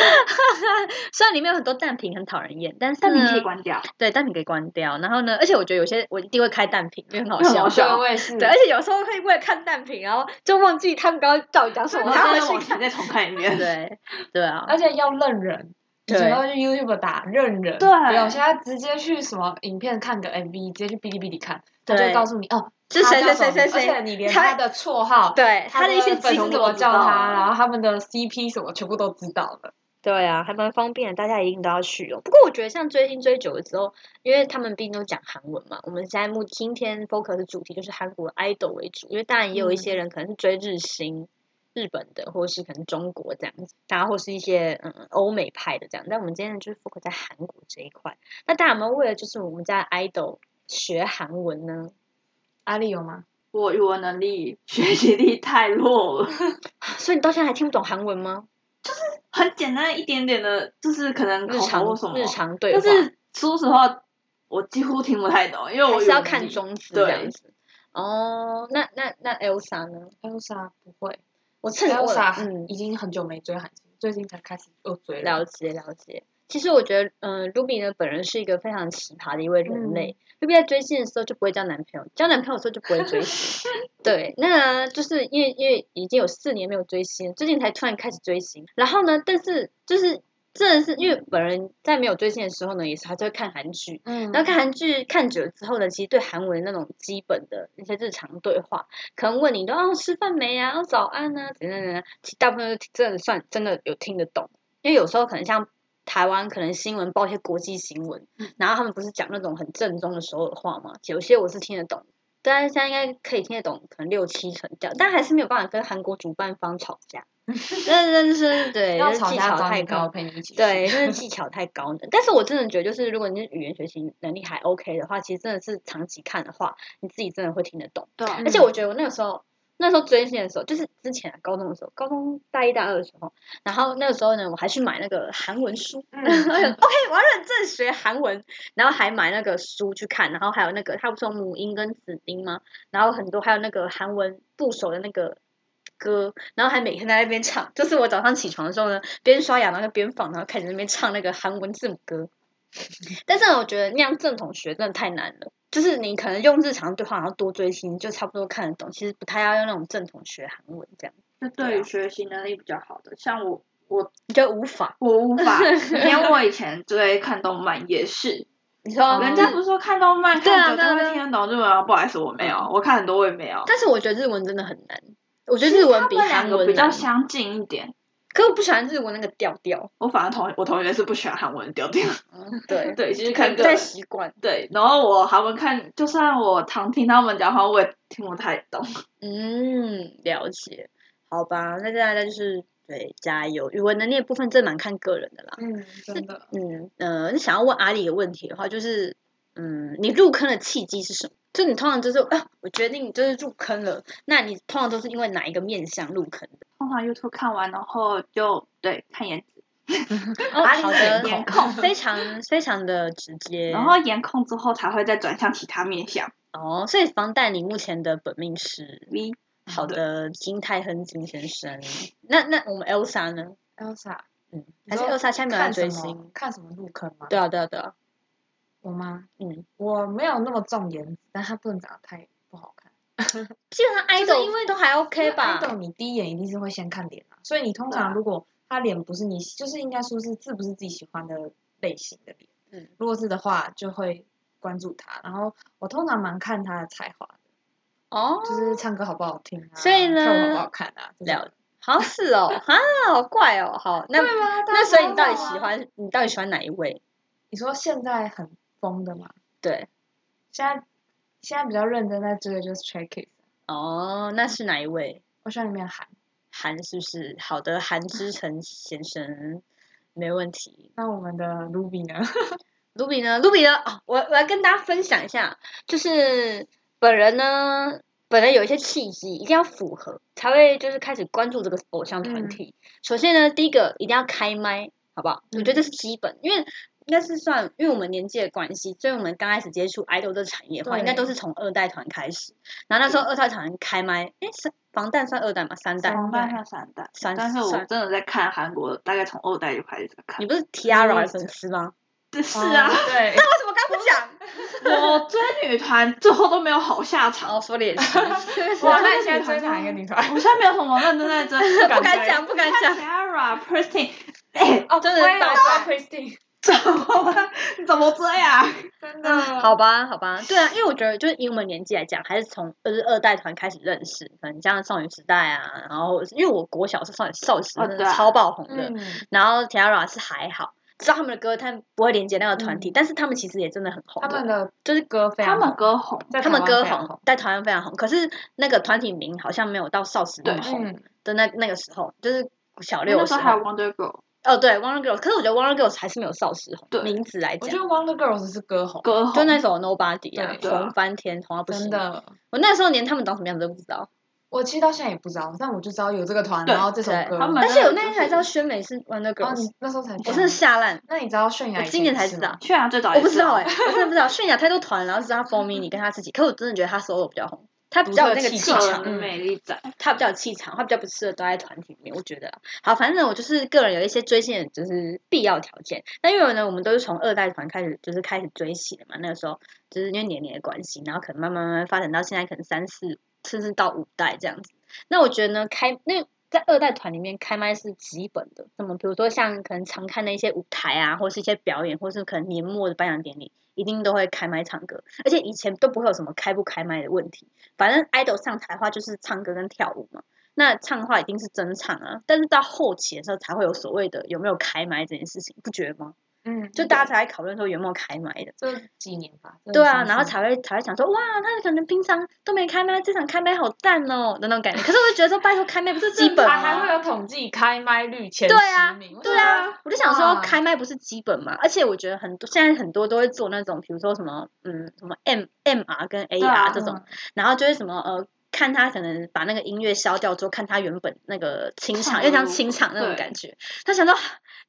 虽然里面有很多弹屏很讨人厌，但是 嗯但你可以呢关掉。对弹屏可以关掉。然后呢，而且我觉得有些我一定会开弹屏，因为很好因为很笑对，好。笑嗯我也是。对，而且有时候会为了看弹屏，然后就忘记他们刚刚到底讲什嗯么，我然后现在回往去前看。再重看一遍。对对啊，而且要认人，以前对都去 YouTube 打认人，对不用现在直接去什么影片看个 MV，直接去哔哩哔哩看，他就对会告诉你哦，是他谁叫谁什么谁谁而且你连他他的绰号，对他他的一些粉基本丝怎么啊叫我他，知道然后他们的 CP 什么全部都知道了。对啊，还蛮方便的，大家一定都要去哦。不过我觉得像追星追久了之后，因为他们毕竟都讲韩文嘛，我们现在目今天 focus 的主题就是韩国 idol 为主，因为当然也有嗯一些人可能是追日星、日本的，或者是可能中国这样子，大家或是一些嗯欧美派的这样。但我们今天就是 focus 在韩国这一块。那大家有没有为了就是我们家的 idol 学韩文呢？ 阿丽有吗？我语文能力、学习力太 弱了，所以你到现在还听不懂韩文吗？很简单一点点的，就是可能日口头常或什么，啊日常对但话。是说实话，我几乎听不太懂，因为我还是语文要能看力中字这样对，子。哦，那那那 Elsa 呢？ Elsa 不会我趁我，Elsa 嗯已经很久没追韩星，最近才开始又追了了。解了解。其实我觉得，嗯、r u b y 呢本人是一个非常奇葩的一位人类。Ruby 嗯在追星的时候就不会交男朋友，交男朋友的时候就不会追 星。对，那就是因为因为已经有四年没有追星，最近才突然开始追星。然后呢，但是就是真的是因为本人在没有追星的时候呢，也是还是会看韩剧，嗯然后看韩剧看久了之后呢，其实对韩文那种基本的一些日常对话，可能问你都哦吃饭没啊，哦早安啊，等等等等，其实大部分都真的算真的有听得懂，因为有时候可能像。台湾可能新闻报一些国际新闻，嗯然后他们不是讲那种很正宗的首尔话吗？有些我是听得懂，但是现在应该可以听得懂，可能六七成这样，但还是没有办法跟韩国主办方吵 架。那真的是对，要就是吵技架巧找太你跟高我，陪你一起去。对，真的技巧太高了。但是我真的觉得，就是如果你是语言学习能力还 OK 的话，其实真的是长期看的话，你自己真的会听得懂。对啊而且我觉得我那个时候，那时候追星的时候，就是之前、啊、高中的时候，高中大一大二的时候，然后那个时候呢，我还去买那个韩文书，嗯 OK，我 要认真学韩文，然后还买那个书去看，然后还有那个它不是有母音跟子音吗？然后很多还有那个韩文部首的那个歌，然后还每天在那边唱，就是我早上起床的时候呢，边刷牙然后就边放，然后开始在那边唱那个韩文字母歌。 但是呢我觉得那样正统学真的太难了，就是你可能用日常对话，然后多追星就差不多看得懂，其实不太要用那种正统学韩文这样，那对于学习能力比较好的，像我，我你觉得无法？我无法，连我以前追看动漫也是，你说人家不是说看动漫哦对啊看久就对啊会听得懂日文啊？不好意思，我没有，我看很多我也没有。但是我觉得日文真的很难，我觉得日文比他们两韩个文比较难。相近一点，可我不喜欢日文那个调调，我反而同我同学是不喜欢韩文的调调， 对，对，就是看不个太人习惯。对，然后我韩文看，就算我常听他们讲话，我也听不太懂。嗯，了解，好吧，那大家就是对加油，语文能力的部分真的蛮看个人的啦。嗯，真的。嗯呃，你想要问阿里一个问题的话，就是嗯，你入坑的契机是什么？就你通常就是啊，我决定就是入坑了，那你通常都是因为哪一个面向入坑的？通常 YouTube 看完，然后就对看颜值，哦，好的颜控，非常非常的直 接。然后颜控之后才会再转向其他面向。哦，所以房贷你目前的本命是 V 好的金泰亨金先生。那那我们 Elsa 呢？ Elsa 嗯，你还是说 Elsa 下面来看什追么星？看什么入坑吗？对啊，对啊，对啊。我吗？嗯，我没有那么重颜值，但他不能长得太不好看。基本上 idol 因为都还 OK 吧？豆你第一眼一定是会先看脸啊，所以你通对啊常如果他脸不是你，就是应该说是是不是自己喜欢的类型的脸，嗯，如果是的话就会关注他。然后我通常蛮看他的才华的，哦，就是唱歌好不好听啊，所以呢跳舞好不好看啊，这种了好像是哦，哈，好怪哦，好，那对吗？那所以你到底大家啊喜知道吗？欢你到底喜欢哪一位？你说现在很疯的嘛？对，现在现在比较认真在追的就是 Stray Kids，哦，那是哪一位？我喜欢里面韩。韩是不是？好的，韩之诚先生，没问题。那我们的 Ruby 呢？哦 卢比呢？卢比呢？哦，我我来跟大家分享一下，就是本人呢，本人有一些契机，一定要符合才会就是开始关注这个偶像团体。首先呢，第一个一定要开麦，好不好？我觉得这是基本，因为应该是算，因为我们年纪的关系，所以我们刚开始接触 idol 这个产业的话，对应该都是从二代团开始。然后那时候二代团开麦，诶，是防弹算二代吗？三代？啊黄蛋算三代，三但是我三真的在看韩国，大概从二代就开始看你。不是 Tiara 的粉丝吗？是啊，哦对，为什么刚不讲？ 我追女团最后都没有好下场。哦，说的 也是，哇，那你现在追哪一个女 团？我现在没有什么认真 在追，不不敢讲，不敢讲。 Tara Pristin，哎， 哦，真的是大大家家 Christine，怎么了你怎么追啊？真 的。嗯好吧，好吧，对啊，因为我觉得就是以我们年纪来讲，还是从就是二代团开始认识，可能像少女时代啊，然后因为我国小是少女少女时代哦真的对啊超爆红的，嗯，然后 Tiara 是还好，知道他们的歌，但不会连接那个团体，嗯但是他们其实也真的很红他的，们的就是歌非他常们好，歌红，在他们台湾歌非常红，，在台湾非常红，可是那个团体名好像没有到少时那么对红嗯，的那那个时候，就是小六那的时时候还有候， Wonder Girl 哦对，Wonder Girls，可是我觉得 Wonder Girls 还是没有少时红，对名字来我讲觉。得 Wonder Girls 是歌红，歌红，就那首 Nobody 啊，对对啊红翻天，红到不行真。的。我那时候连他们长什么样子都不知道，我其实到现在也不知道，但我就知道有这个团，对然后这首对歌。他们而且我那就天是才知道宣美是 Wonder 哦， Girls，你那时候才知道。我真的吓烂，那你知道泫雅？我今年才知道。。泫雅最早我也不知是道 啊哎，我真的不知道，泫雅太多团了，然后只知道 For Mini 跟她自己，可我真的觉得她 solo 比较红，她比较有那个独特气气场场，个人魅力展，她比较有气场，她比较不适合待在团体里面，我觉得啦。好，反正呢我就是个人有一些追星的就是必要条件。那因为呢，我们都是从二代团开始，就是开始追起的嘛。那个时候就是因为年龄的关系，然后可能慢慢慢慢发展到现在，可能三四甚至到五代这样子。那我觉得呢，开那在二代团里面开麦是基本的，那么比如说像可能常看的一些舞台啊，或是一些表演，或是可能年末的颁奖典礼，一定都会开麦唱歌，而且以前都不会有什么开不开麦的问题。反正 idol 上台的话就是唱歌跟跳舞嘛，那唱的话一定是真唱啊，但是到后期的时候才会有所谓的有没有开麦这件事情，不觉得吗？嗯，就大家才讨论说有没有开麦的。这几年吧。真的对啊，是然后才会才会想说，哇，他可能平常都没开麦，这场开麦好赞哦的那种感觉。可是我就觉得说，拜托开麦不是基本啊还还吗？会有统计开麦率前对啊十名。对啊，我就想说哇开麦不是基本嘛，而且我觉得很多现在很多都会做那种，比如说什么嗯什么 M M R 跟 A 对 R 啊这为什种，么，然后就会什么呃，看他可能把那个音乐消掉之后，看他原本那个清唱场，的又像路清场那种对感觉。他想到，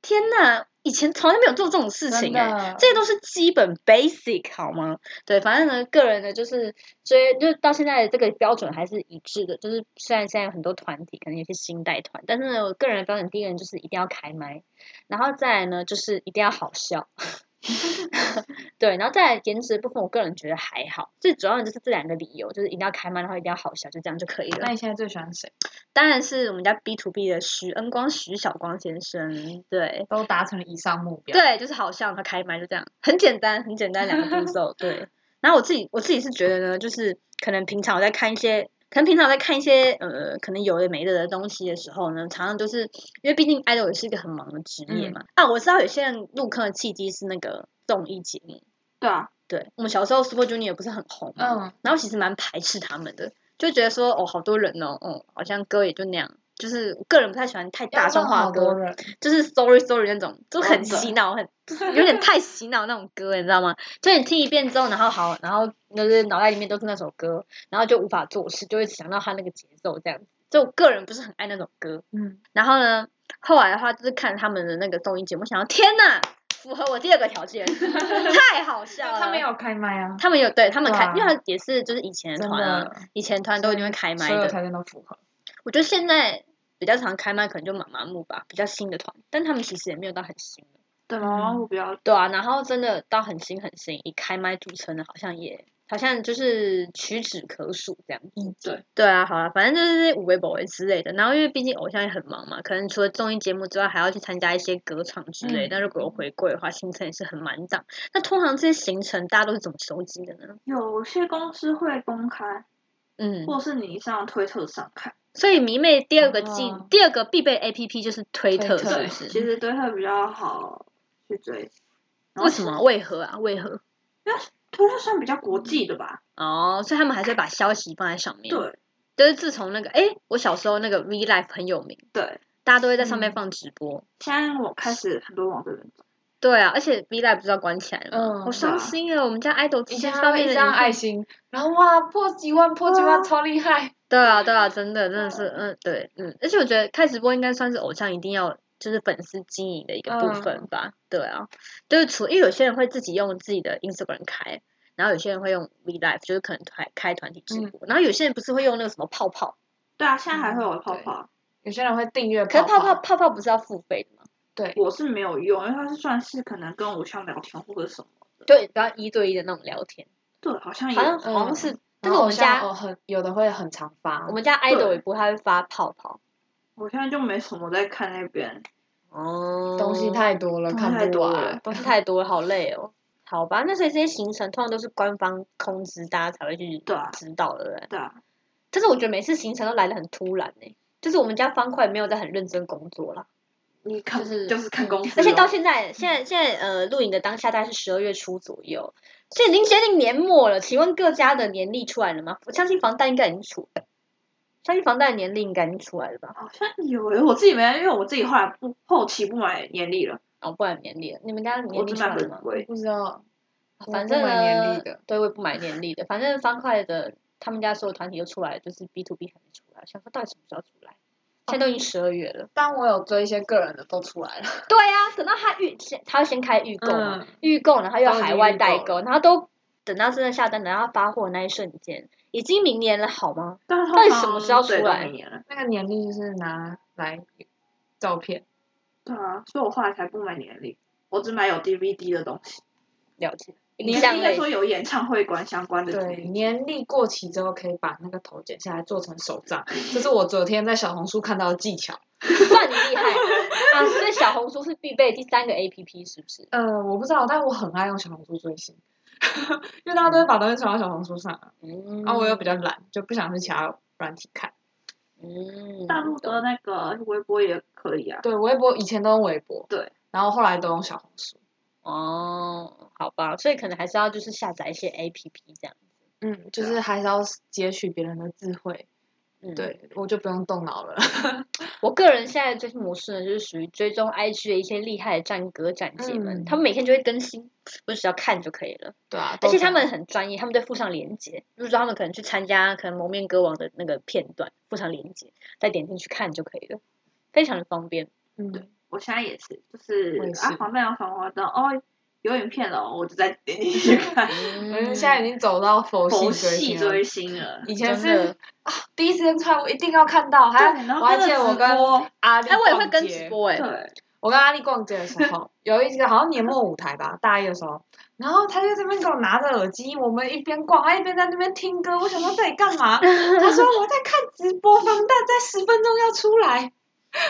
天哪，以前从来没有做这种事真情的哎、这些都是基本 basic 好吗？对，反正呢，个人呢就是追，就是到现在的这个标准还是一致的。就是虽然现在有很多团体可能有些新代团，但是呢，我个人的标准第一个就是一定要开麦，然后再来呢就是一定要好笑。 对，然后再来颜值的部分，我个人觉得还好，最主要的就是这两个理由，就是一定要开麦，然后一定要好笑，就这样就可以那了。你现在最喜欢谁？哎当然是我们家 B to B 的徐恩光、徐小光先生，对，都达成了以上目标。对，就是好像他开麦就这样，很简单，很简单两个步骤。对，然后我自己我自己是觉得呢，就是可能平常我在看一些，可能平常我在看一些呃，可能有的没的的东西的时候呢，常常就是因为毕竟 idol 也是一个很忙的职嗯业嘛。啊，我知道有些人入坑的契机是那个综艺节目，对啊，对我们小时候 Super Junior 不是很红嘛，嗯，然后其实蛮排斥他们的，就觉得说哦，好多人哦，哦，好像歌也就那样。就是我个人不太喜欢太大众化好的歌，多人，就是 sorry sorry 那种，就哦很懂洗脑， 很就是有点太洗脑那种歌，你知道吗？就你听一遍之后，然后好，然后就是脑袋里面都是那首歌，然后就无法做事，就会想到他那个节奏这样子。就我个人不是很爱那种歌。嗯，然后呢，后来的话就是看他们的那个综艺节目，想到天呐，符合我第二个条 件，太好笑了。他们有开麦啊，他们有对他们对开，啊因为他也是就是以前的真团啊，的，以前团都一定会开麦所有的。条件都符合。我觉得现在比较常开麦可能就妈妈木吧，比较新的团，但他们其实也没有到很新。对毛毛我比较对啊，然后真的到很新很新，以开麦著称的，好像也好像就是屈指可数这样。嗯对，对啊，好啊，反正就是五维、博维之类的。然后因为毕竟偶像也很忙嘛，可能除了综艺节目之外，还要去参加一些歌唱之类的。嗯但如果有回归的话，行程也是很满档。那通常这些行程大家都是怎么收集的呢？有些公司会公开，嗯，或是你上推特上看。所以迷妹第二个技、哦第二个必备 A P P 就是推特，推特是不其是？实推特比较好去追。然嗯后为什么？为何啊？为何？推特算比较国际的吧？哦，所以他们还是会把消息放在上面。，对就是自从那个，哎，我小时候那个 V Live 很有名，对，大家都会在上面嗯放直播。现在我开始很多往这边走。对啊，而且 V Live 不是要关起来了吗？嗯好对伤啊心啊！我们家 idol 之以前前发还会面一的张影爱片心，然后哇破几万破几万，哇超厉害。对啊，对啊，真的，真的是，嗯，对，嗯，而且我觉得开直播应该算是偶像一定要就是粉丝经营的一个部分吧。对啊，就是除，因为有些人会自己用自己的 Instagram 开，然后有些人会用 V Live，就是可能团开团体直播，然后有些人不是会用那个什么泡泡，对啊，现在还会嗯有泡泡，有些人会订阅可泡是泡泡泡，泡泡不是要付费的吗？对，我是没有用，因为它是算是可能跟偶像聊天或者什么。对，然后一对一的那种聊天，对，好像也好像好像嗯是，但然是后我偶们像家嗯哦很有的会很常发我，们家 idol 对也不太会发泡泡，我现在就没什么在看那边。哦东西太多了，东西看太不多完了。东西太多了，好累哦。好吧，那所以这些行程通常都是官方通知大家才会去对啊知道的，对不对？对啊，但是我觉得每次行程都来的很突然呢、就是我们家方块没有在很认真工作啦，你看就是就是看公司咯，哦啊而且到现在，现在现在呃，录影的当下大概是十二月初左右，所以已经接近年末了。请问各家的年历出来了吗？我相信房贷应该已经出了，相信房贷的年历应该已经出来了吧？好像有诶，我自己没，因为我自己后来不后期不买年历了，哦，不然年历了，你们家年我历只出买来回了吗？归。不知道，我反不正买年呢历的，对，我也不买年历的。反正方块的他们家所有团体都出来了，就是 B to B 还没出来，想说到底什么时候出来？现在都已经十二月了。但我有追一些个人的都出来了。对呀、等到他预先，他要先开预购嘛，嗯，预购，然后又都已海经外预代购购，然后都等到真的下单，等到发货那一瞬间，已经明年了，好吗？但是到底通什么常时候对出都来啊明年了？那个年历就是拿来照片，对啊，所以我后来才不买年历，我只买有 DVD 的东西。了解，影年像历应该类说有演唱会馆相关的对， DVD。年历过期之后可以把那个头剪下来做成手杖，这是我昨天在小红书看到的技巧。算你厉害啊！所以小红书是必备第三个 A P P 是不是？呃，我不知道，但我很爱用小红书追星， 因为大家都会把东西传到小红书上啊，嗯，然后我又比较懒，就不想去其他软体看。嗯，大陆的那个微博也可以啊。对，微博以前都用微博，对，然后后来都用小红书。哦，好吧，所以可能还是要就是下载一些 A P P 这样。嗯，就是还是要截取别人的智慧，嗯，对我就不用动脑了。我个人现在的追星模式呢，就是属于追踪 IG 的一些厉害的战哥战姐们，嗯他们每天就会更新，我只要看就可以了。 对而啊，都且这他样们很专业，他们都附上链接，就是说他们可能去参加可能蒙面歌王的那个片段，附上链接，再点进去看就可以了，非常的方便。嗯，我现在也是，就是我也是啊，黄亮黄黄的哦，有影片了，哦我就再点进去看。嗯我现在已经走到佛系追佛系星了追星了。以前真的是啊，第一时间出来我一定要看到，还对然后我还跟记着得我直跟播阿丽哎，我也会逛跟街直播哎、对，我跟阿丽逛街的时 候，有一个好像年末舞台吧，大一的时候，然后他就这边给我拿着耳机，我们一边逛，他一边在那边听歌。我想说这里干嘛？他说我在看直播，防弹在十分钟要出来。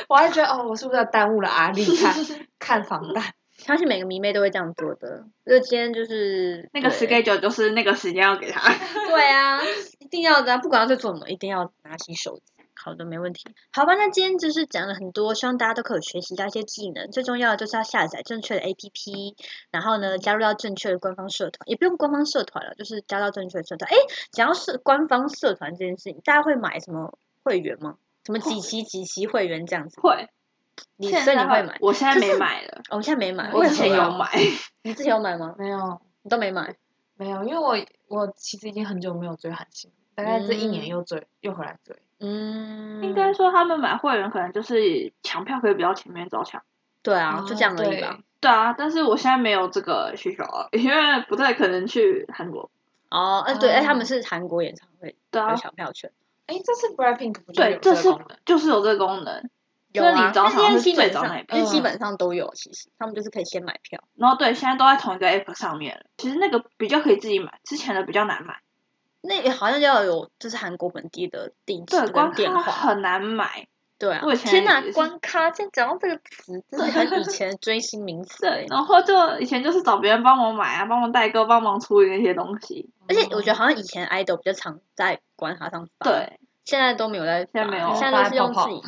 我还觉得哦，我是不是要耽误了阿丽 看看防弹？相信每个迷妹都会这样做的。就今天就是那个对 schedule 就是那个时间要给他。 对啊，一定要的啊、不管要在做什么，一定要拿起手机。好的，没问题。好吧，那今天就是讲了很多，希望大家都可以学习到一些技能。最重要的就是要下载正确的 APP，然后呢，加入到正确的官方社团，也不用官方社团了，就是加到正确的社团。哎，讲到是官方社团这件事情，大家会买什么会员吗？什么几期几期会员这样子？会，你哦现所以你在会买？我现在可是没买了，哦，我现在没买，我我为以何前也有啊？买。你之前有买吗？没有你都没买。没有，因为我我其实已经很久没有追韩星了，大概这一年嗯又追、又回来追。嗯， 应该说他们买会员可能就是抢票可以比较前面早抢。对啊，就这样而已嗯吧。哦对啊，但是我现在没有这个需求啊，因为不太可能去韩国。哦，哎、对，哎、哦他们是韩国演唱会对啊有，抢票券，哎，这次 Blackpink 不就对有，这个是功能就是有这个功能。有所以啊，你早但抢是因为是基最本早那上一，因为基嗯本上都有，其实他们就是可以先买票。然后对，现在都在同一个 app 上面了。其实那个比较可以自己买，之前的比较难买。那也好像要有，就是韩国本地的地址对，跟光电它话。很难买。对啊我，以前天哪也，是关咖！现在讲到这个词，真是很以前的追星名词欸。对，然后就以前就是找别人帮忙买啊，帮忙代购，帮忙处理那些东西。而且我觉得好像以前 idol 比较常在关卡上发，，对，现在都没有在发，现在没有现在都是用发自己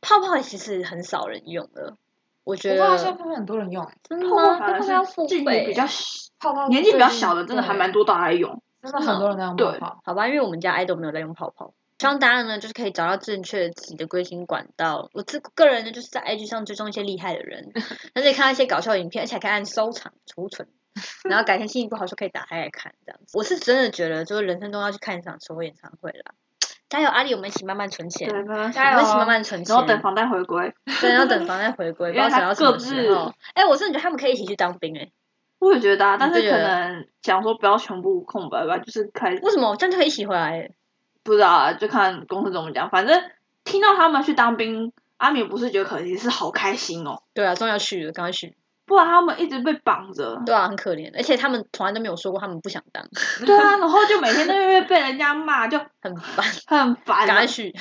泡泡，其实很少人用了，我觉不得过啊现在泡泡很多人用，真的泡泡吗？反泡而泡要付是近费年欸，比较小泡泡年纪比较最近小的，真的还蛮对，多大爱用。真的很多人在用泡对泡。好吧，因为我们家 idol 没有在用泡泡。希望大家呢，就是可以找到正确的自己的归心管道。我自个人呢，就是在 IG 上追踪一些厉害的人，而且看到一些搞笑的影片，而且还可以按收藏储存，然后改天心情不好就可以打开来看这样子。我是真的觉得，就是人生中要去看一场首演唱会啦。加油，阿丽，我们一起慢慢存钱，对，慢慢我加油们一起慢慢哦存钱，然后等房贷回归。对，要等房贷回 归，不知因道为等他到什么各时自候。哎、我真的觉得他们可以一起去当兵哎、我也觉得啊，但你是这个可能讲说不要全部空白吧，就是开为什么这样就可以一起回来、欸？不知道啊，就看公司怎么讲。反正听到他们去当兵，阿米不是觉得可惜，是好开心哦。对啊，终于要去了，赶快去。不然他们一直被绑着，对啊，很可怜，而且他们从来都没有说过他们不想当，对啊，然后就每天都因为被人家骂，就很 烦，很烦。啊赶快去。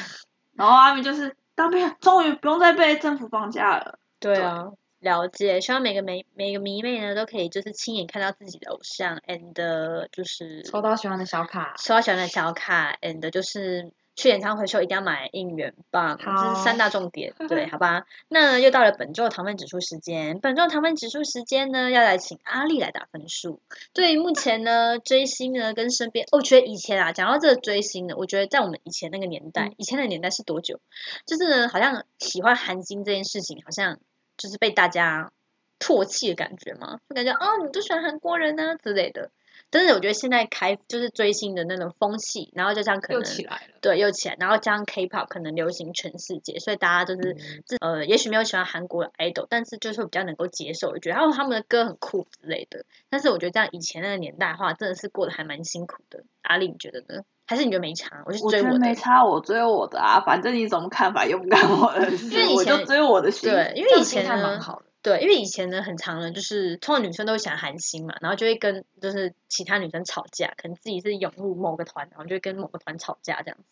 然后阿米就是当兵，终于不用再被政府绑架了。对啊，了解。希望每个每每个迷妹呢，都可以就是亲眼看到自己的偶像，and 呃就是抽到喜欢的小卡，收到喜欢的小卡，and 就是去演唱会的时候一定要买应援棒，这是好三大重点， 对，好吧？那又到了本周的糖分指数时间，本周的糖分指数时间呢，要来请阿丽来打分数。对于目前呢追星呢跟身边，哦我觉得以前啊，讲到这个追星呢，我觉得在我们以前那个年嗯代，以前的年代是多久？就是呢，好像喜欢韩星这件事情，好像就是被大家唾弃的感觉嘛，就感觉哦，你就喜欢韩国人啊之类的。但是我觉得现在开就是追星的那种风气，然后加上可又能起来了。对又起来，然后加上 K-pop 可能流行全世界，所以大家就是、嗯自呃，也许没有喜欢韩国的 idol，但是就是会比较能够接受，我觉得然后他们的歌很酷之类的。但是我觉得这样以前那个年代的话，真的是过得还蛮辛苦的。阿丽，你觉得呢？还是你觉得没差？我去我追觉我得的没。差，我追我的啊，反正你怎么看法又不干我的因事，为以我前就追我的心。对，因这为以样心前态蛮呢，好 的，对，因为以前呢，很常呢，就是通常女生都会喜欢韩星嘛，然后就会跟就是其他女生吵架，可能自己是涌入某个团，然后就会跟某个团吵架这样子。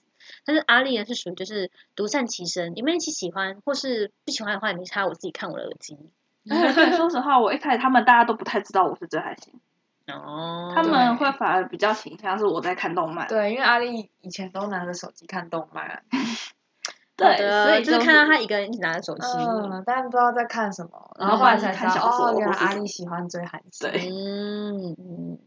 但是阿丽呢是属于就是独善其身，你们一起喜欢或是不喜欢的话也没差，我自己看我的耳机。而且说实话，我一开始他们大家都不太知道我是追韩星，哦，他们会反而比较倾向是我在看动漫。对，因为阿丽以前都拿着手机看动漫，对，对，所所以以就是看到他一个人一直拿着手机，嗯，但不知道在看什么，然然后后后来后才来是知看道小说哦，原或 来是阿什么丽喜欢追韩剧，对嗯嗯，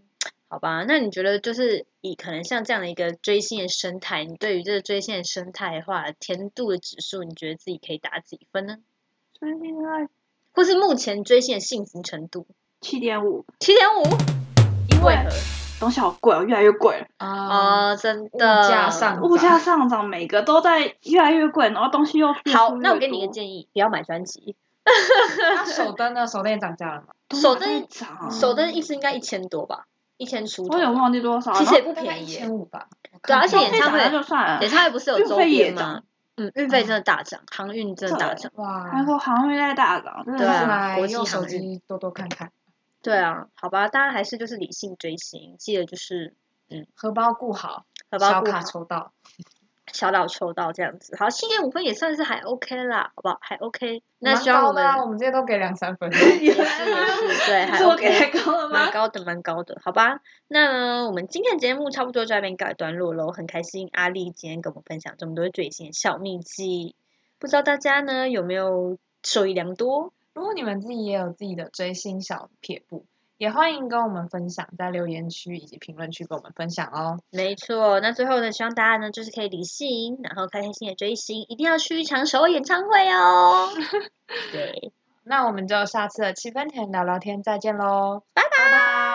好吧，那你觉得就是以可能像这样的一个追星的生态，你对于这个追星的生态的话，甜度的指数，你觉得自己可以打几分呢？追星爱或是目前追星的幸福程度，七点五，七点五，因为为何？东西好贵哦，越来越贵了。啊，啊、真物的，价上物价上涨，每个都在越来越贵，然后东西又越好出，那我越给你一个多建议，不要买专辑，那手灯呢？手灯也涨价了嘛？都手嗯还在灯涨啊，手灯一支应该一千多吧，一千出头我有点吧，忘记多少了。其实也不大 概便宜一耶千五吧。我对啊看而且过演唱会那就算了，演唱会不是有运周费也边吗涨？嗯，运费真的大涨，航运真的大对涨。哇，韩国航运在大涨，真的对啊是来国际用手航运机多多看看，对啊，好吧，大家还是就是理性追星，记得就是荷包顾好，荷包小顾卡好，抽到。小岛抽到这样子。好，七点五分也算是还 OK 啦，好不好？还 OK。那蛮希望高我的们啊，我们这些都给两三 分。也是也是对，还是我给 OK。太高了吗蛮？高的，蛮高的，好吧。那我们今天的节目差不多就在这边告一段落喽，很开心阿丽今天跟我们分享这么多最新的小秘籍，不知道大家呢有没有受益良多？如果你们自己也有自己的追星小撇步，也欢迎跟我们分享，在留言区以及评论区跟我们分享哦。没错，那最后呢，希望大家呢就是可以理性，然后开开心心的追星，一定要去一场首尔演唱会哦。对，那我们就下次的七分甜聊聊天再见喽，拜拜。